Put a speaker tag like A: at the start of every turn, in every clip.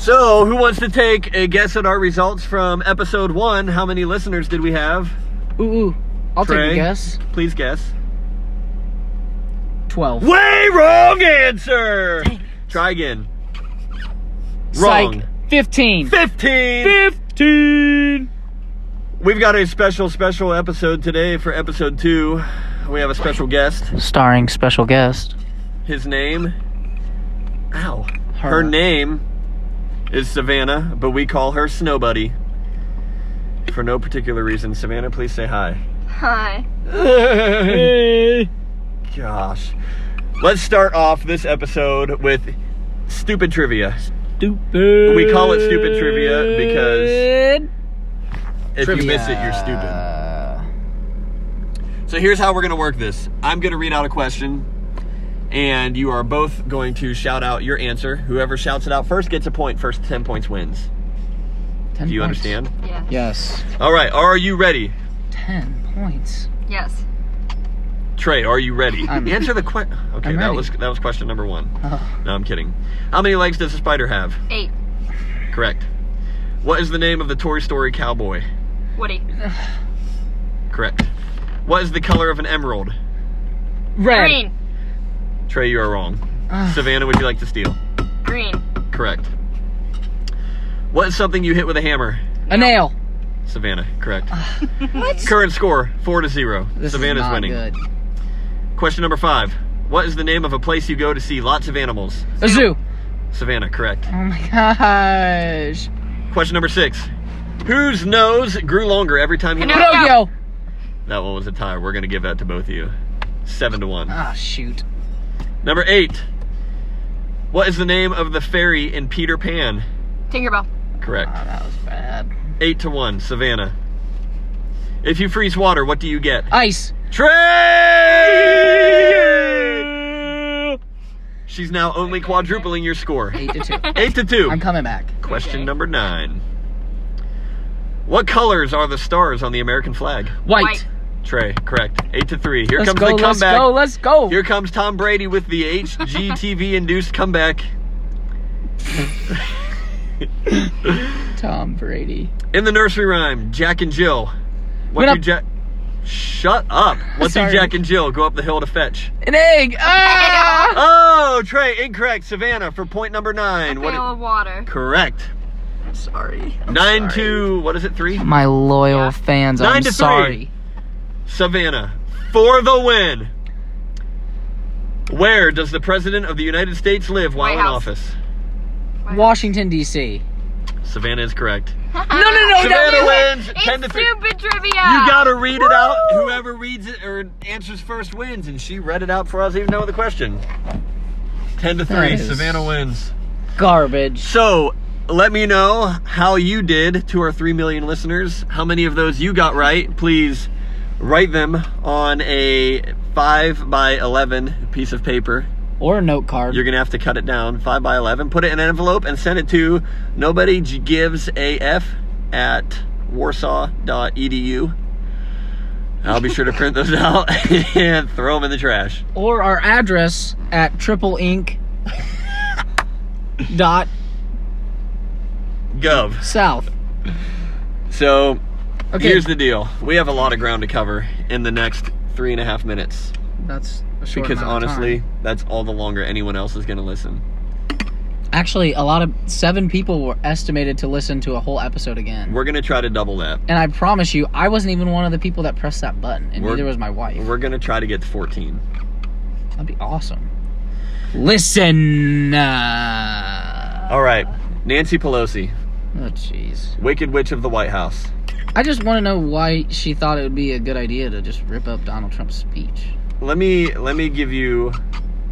A: So, who wants to take a guess at our results from episode one? How many listeners did we have?
B: Ooh, ooh. I'll take
A: Trey?
B: a guess.
A: Please guess.
B: 12.
A: Way wrong answer! Try again. Wrong.
B: Psych. 15.
A: 15!
B: 15.
A: We've got a special, special episode today for episode two. We have a special guest.
B: Starring special guest.
A: His name. Ow. Her,
B: Her.
A: name is Savannah, but we call her Snow Buddy. For no particular reason. Savannah, please say hi.
C: Hi.
A: Gosh. Let's start off this episode with stupid trivia.
B: Stupid.
A: We call it stupid trivia because- If you miss it, you're stupid.
B: stupid.
A: So here's how we're going to work this I'm going to read out a question, and you are both going to shout out your answer. Whoever shouts it out first gets a point. First 10 points wins. Do you understand?
C: Yes.
B: Yes.
A: All right. Are you ready?
B: 10 points.
C: Yes.
A: Trey, are you ready?
B: I'm-
A: Answer the question. Okay,
B: I'm
A: that
B: ready.
A: was that was question number one.
B: Oh,
A: No, I'm kidding. How many legs does a spider have?
C: Eight.
A: Correct. What is the name of the Toy Story cowboy?
C: Woody.
A: Correct. What is the color of an emerald?
B: red.
C: Green.
A: Trey, you are wrong.
B: Ah,
A: Savannah, would you like to steal?
C: Green.
A: Correct. What is something you hit with a hammer?
B: a nail.
A: Savannah, correct.
C: What?
A: Current score, four to zero.
B: Ah. This
A: Savannah's
B: is not
A: winning.
B: good.
A: Question number five. What is the name of a place you go to see lots of animals?
B: A zoo.
A: Savannah, correct.
B: Oh my gosh.
A: Question number six. Whose nose grew longer every time you
C: No,
A: laughed?
B: Pinocchio.
A: That one was a tie. We're gonna give that to both of you. Seven to one.
B: Ah, shoot.
A: Number eight. What is the name of the fairy in Peter Pan?
C: Tinkerbell.
A: Correct.
B: Ah, that was bad.
A: Eight to one, Savannah. If you freeze water, what do you get?
B: Ice.
A: Trey! She's now only quadrupling your score.
B: 8 to 2.
A: Eight to two.
B: I'm coming back.
A: Question
C: Okay.
A: number nine. What colors are the stars on the American flag?
B: White.
C: White.
A: Trey, correct. Eight to three. Here
B: Let's
A: comes
B: go,
A: the
B: let's
A: comeback.
B: go, let's go.
A: Here comes Tom Brady with the HGTV induced comeback.
B: Tom Brady.
A: In the nursery rhyme, Jack and Jill. What
B: Went
A: do
B: up-
A: Jack? Shut up! What do
B: Sorry.
A: Jack and Jill go up the hill to fetch?
B: An egg.
C: uh,
B: Ah!
A: Oh, Trey, incorrect. Savannah for point number nine. What?
C: Pail
A: i-
C: of water.
A: correct.
B: I'm sorry.
A: nine to what is it? Three.
B: My loyal
C: Yeah.
B: fans,
A: Nine
B: I'm
A: to three.
B: sorry.
A: Savannah for the win. Where does the president of the United States live while
C: White
A: in
C: House.
A: office?
B: Washington, D.C.
A: Savannah is correct.
C: no,
B: no,
A: Savannah
B: no,
A: wins
C: It's
A: ten to three.
C: stupid trivia.
A: You gotta read it out. Whoever reads it or answers first wins, and she read it out for us, even knowing the question. Ten to three,
B: That is-
A: Savannah wins.
B: Garbage.
A: So, let me know how you did to our three million listeners. How many of those you got right? Please write them on a five by eleven piece of paper.
B: Or a note card.
A: You're gonna have to cut it down five by eleven. Put it in an envelope and send it to nobody gives af at warsaw.edu. I'll be sure to print those out and throw them in the trash.
B: or our address at triple inc dot
A: Gov.
B: south.
A: So
B: Okay.
A: here's the deal: we have a lot of ground to cover in the next three and a half minutes
B: That's a short
A: because
B: amount of
A: honestly,
B: time.
A: that's all the longer anyone else is gonna listen.
B: actually, a lot of seven people were estimated to listen to a whole episode again.
A: We're gonna try to double that.
B: and I promise you, I wasn't even one of the people that pressed that button, and
A: We're-
B: neither was my wife.
A: We're gonna try to get to 14.
B: That'd be awesome. Listen. Uh...
A: All right, Nancy Pelosi,
B: Oh, jeez.
A: Wicked Witch of the White House.
B: I just want to know why she thought it would be a good idea to just rip up Donald Trump's speech.
A: Let me let me give you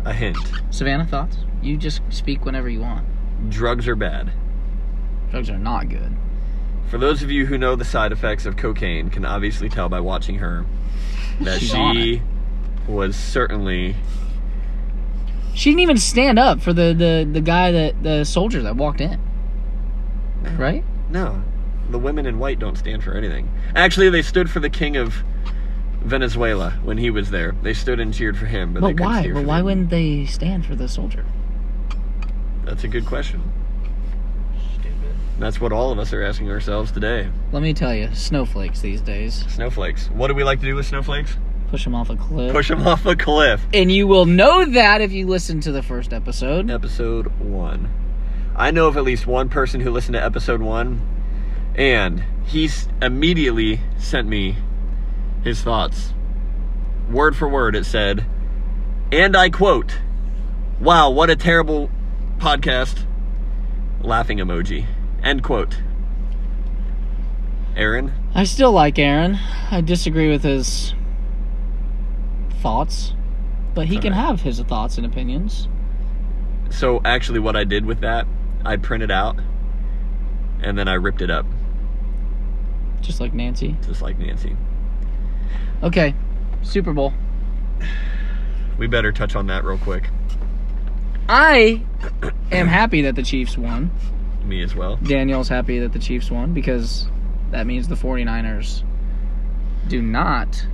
A: a hint.
B: Savannah, thoughts? You just speak whenever you want.
A: Drugs are bad.
B: Drugs are not good.
A: For those of you who know the side effects of cocaine, can obviously tell by watching her that
B: She's on
A: she was certainly
B: She didn't even stand up for the the the guy that the soldier that walked in. Right?
A: no. The women in white don't stand for anything. Actually, they stood for the king of Venezuela when he was there. They stood and cheered for him, but, they
B: But
A: couldn't
B: why?
A: cheer
B: But
A: for
B: why
A: them.
B: wouldn't they stand for the soldier?
A: That's a good question. That's what all of us are asking ourselves today.
B: Let me tell you, snowflakes these days
A: Snowflakes. What do we like to do with snowflakes?
B: push them off a cliff.
A: Push them off a cliff.
B: And you will know that if you listen to the first episode.
A: Episode one. I know of at least one person who listened to episode one, and he's immediately sent me his thoughts. Word for word, it said, and I quote, Wow, what a terrible podcast. Laughing emoji. End quote. Aaron,
B: I still like Aaron. I disagree with his thoughts, but he can
A: Alright.
B: have his thoughts and opinions.
A: So actually, what I did with that, I printed out, and then I ripped it up,
B: Just like Nancy.
A: just like Nancy.
B: Okay, Super Bowl.
A: We better touch on that real quick.
B: I am happy that the Chiefs won.
A: Me as well.
B: Daniel's happy that the Chiefs won because that means the 49ers do not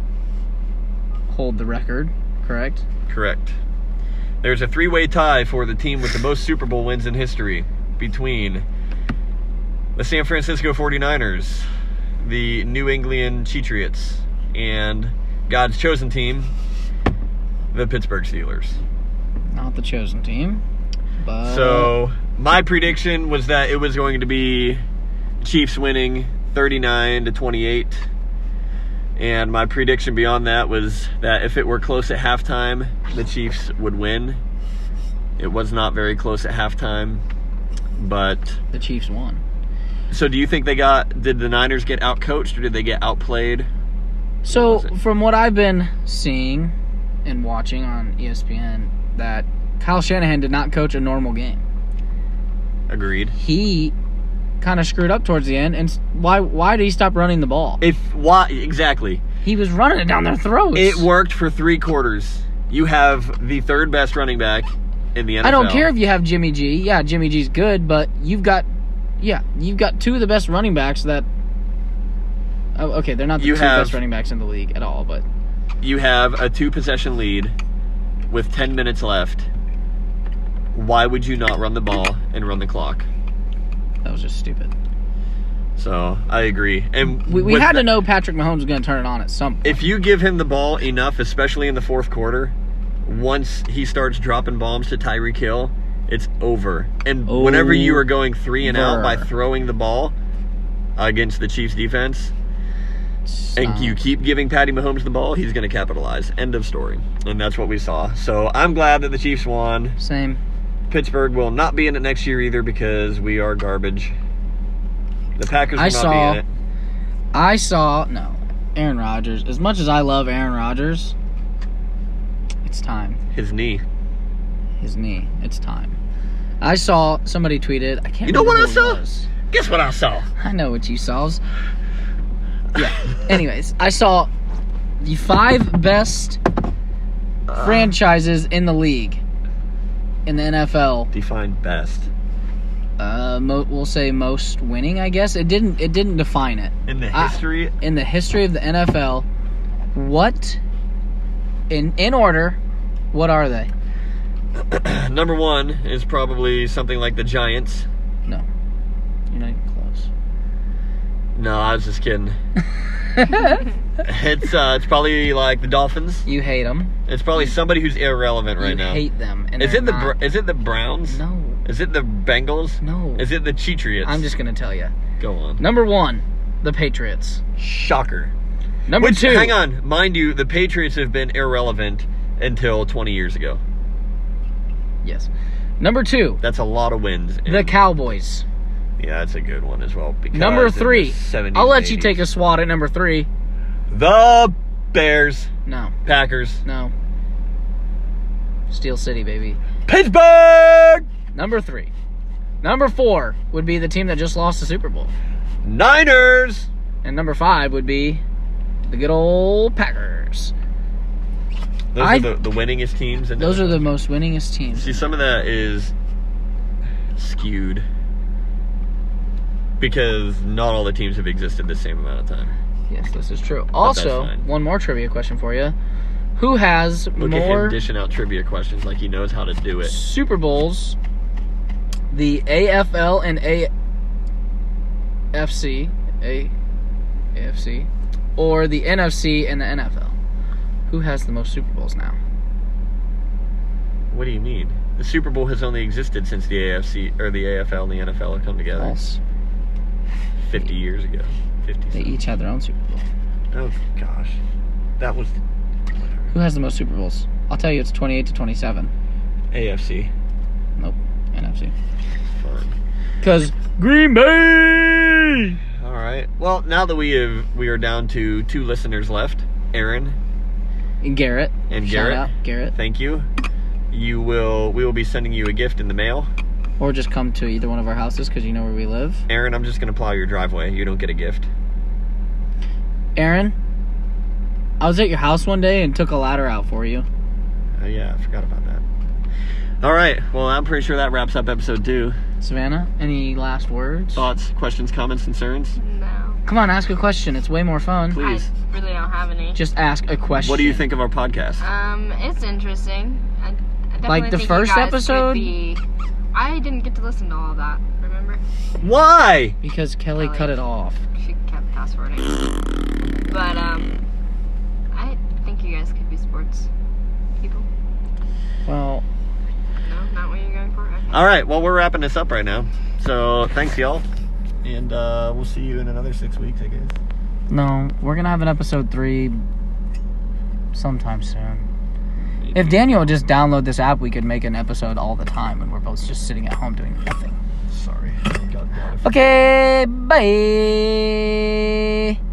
B: hold the record, correct?
A: Correct. There's a three-way tie for the team with the most Super Bowl wins in history between the San Francisco 49ers, the New England Patriots, and God's chosen team, the Pittsburgh Steelers.
B: Not the chosen team. But Oh.
A: So my prediction was that it was going to be Chiefs winning 39 to 28. And my prediction beyond that was that if it were close at halftime, the Chiefs would win. It was not very close at halftime. But
B: the Chiefs won.
A: so do you think they got did the Niners get outcoached or did they get outplayed?
B: So
A: was it?
B: from what I've been seeing and watching on E ESPN that Kyle Shanahan did not coach a normal game.
A: Agreed.
B: He kind of screwed up towards the end and s- why why did he stop running the ball?
A: If why exactly.
B: he was running it down their throats.
A: It worked for 3 quarters. You have the third best running back in the NFL.
B: I don't care if you have Jimmy G. Yeah, Jimmy G's good, but you've got, yeah, you've got two of the best running backs that. Oh, okay, they're not the
A: You
B: two
A: have-
B: best running backs in the league at all, but
A: you have a two possession lead with 10 minutes left. Why would you not run the ball and run the clock?
B: that was just stupid.
A: So I agree. And
B: We, we
A: with
B: had to
A: the-
B: know Patrick Mahomes was going to turn it on at some point.
A: if you give him the ball enough, especially in the fourth quarter, once he starts dropping bombs to Tyreek Hill, it's over. And whenever you are going three and out by
B: Over.
A: throwing the ball against the Chiefs defense, and
B: So,
A: you keep giving Patty Mahomes the ball, he's going to capitalize. End of story. And that's what we saw. So I'm glad that the Chiefs won.
B: Same.
A: Pittsburgh will not be in it next year either because we are garbage. The Packers will
B: I
A: not
B: saw-
A: be in it.
B: I saw, no, Aaron Rodgers, as much as I love Aaron Rodgers, it's time.
A: His knee.
B: His knee, it's time. I saw somebody tweeted, I can't
A: You know
B: remember
A: what I
B: who it
A: saw?
B: was.
A: Guess what I saw?
B: I know what you saws. Yeah. Anyways, I saw the five best franchises in the league in the NFL.
A: Define best.
B: Uh, mo- we'll say most winning, I guess. It didn't. It didn't define it
A: In the
B: I-
A: history,
B: in the history of the NFL. What in in order? What are they?
A: number one is probably something like the Giants.
B: No, you're not even close.
A: No, I was just kidding. it's uh, it's probably like the Dolphins.
B: You hate them.
A: It's probably somebody who's irrelevant right
B: you
A: now.
B: hate them. And
A: is
B: they're
A: it the
B: not-
A: Br- is it the Browns?
B: no?
A: Is it the Bengals?
B: No.
A: Is it the Cheatriots?
B: I'm just gonna tell you.
A: go on.
B: Number one, the Patriots.
A: Shocker.
B: Number
A: Which,
B: two,
A: hang on, mind you, the Patriots have been irrelevant until 20 years ago.
B: Yes. Number two,
A: That's a lot of wins. and-
B: the Cowboys.
A: yeah, that's a good one as well. Because
B: Number
A: in the
B: three,
A: 70s
B: I'll
A: and
B: let you
A: 80s.
B: take a swat at number three.
A: the Bears,
B: No,
A: Packers,
B: no. Steel City, baby.
A: Pittsburgh
B: Number three. Number four would be the team that just lost the Super Bowl.
A: Niners.
B: And number five would be the good old Packers.
A: Those
B: I-
A: are the, the winningest teams. In
B: Those are the most winningest teams.
A: See, some of that is skewed because not all the teams have existed the same amount of time.
B: Yes, this is true.
A: that's
B: Also,
A: fine.
B: one more trivia question for you. Who has
A: Look at him
B: more
A: dishing out trivia questions like he knows how to do it.
B: Super Bowls, the AFL and A FC, A, AFC, or the NFC and the NFL? Who has the most Super Bowls now?
A: What do you mean? The Super Bowl has only existed since the AFC or the AFL and the NFL have come together
B: False.
A: 50 years ago. 50.
B: They
A: something.
B: each had their own Super Bowl.
A: Oh gosh, that was
B: Who has the most Super Bowls? I'll tell you, it's 28 to 27.
A: AFC.
B: Nope, NFC.
A: Fun.
B: Because Green Bay!
A: All right. Well, now that we have we are down to two listeners left, Aaron
B: And Garrett.
A: and
B: Shout
A: Garrett.
B: out, Garrett.
A: Thank you. You will. We will be sending you a gift in the mail.
B: Or just come to either one of our houses because you know where we live.
A: Aaron, I'm just gonna plow your driveway. You don't get a gift.
B: Aaron, I was at your house one day and took a ladder out for you.
A: Oh yeah, I forgot about that. All right. Well, I'm pretty sure that wraps up episode two.
B: Savannah, any last words?
A: Thoughts, questions, comments, concerns?
C: No.
B: Come on, ask a question. It's way more fun.
A: Please.
C: I really don't have any.
B: Just ask a question.
A: What do you think of our podcast?
C: Um, it's interesting. I, I definitely
B: Like the
C: think you
B: first
C: guys could
B: episode?
C: Be, I didn't get to listen to all of that. Remember,
A: Why?
B: Because Kelly
C: Kelly.
B: cut it off.
C: she kept passwording. But um, I think you guys could be sports people.
B: Well,
C: No, not what you're going for. Okay.
A: All right. Well, we're wrapping this up right now. So thanks, y'all. And uh, we'll see you in another six weeks, I guess.
B: no, we're gonna have an episode three sometime soon. If Daniel would just download this app, we could make an episode all the time when we're both just sitting at home doing nothing.
A: Sorry. God, God, if-
B: Okay, bye.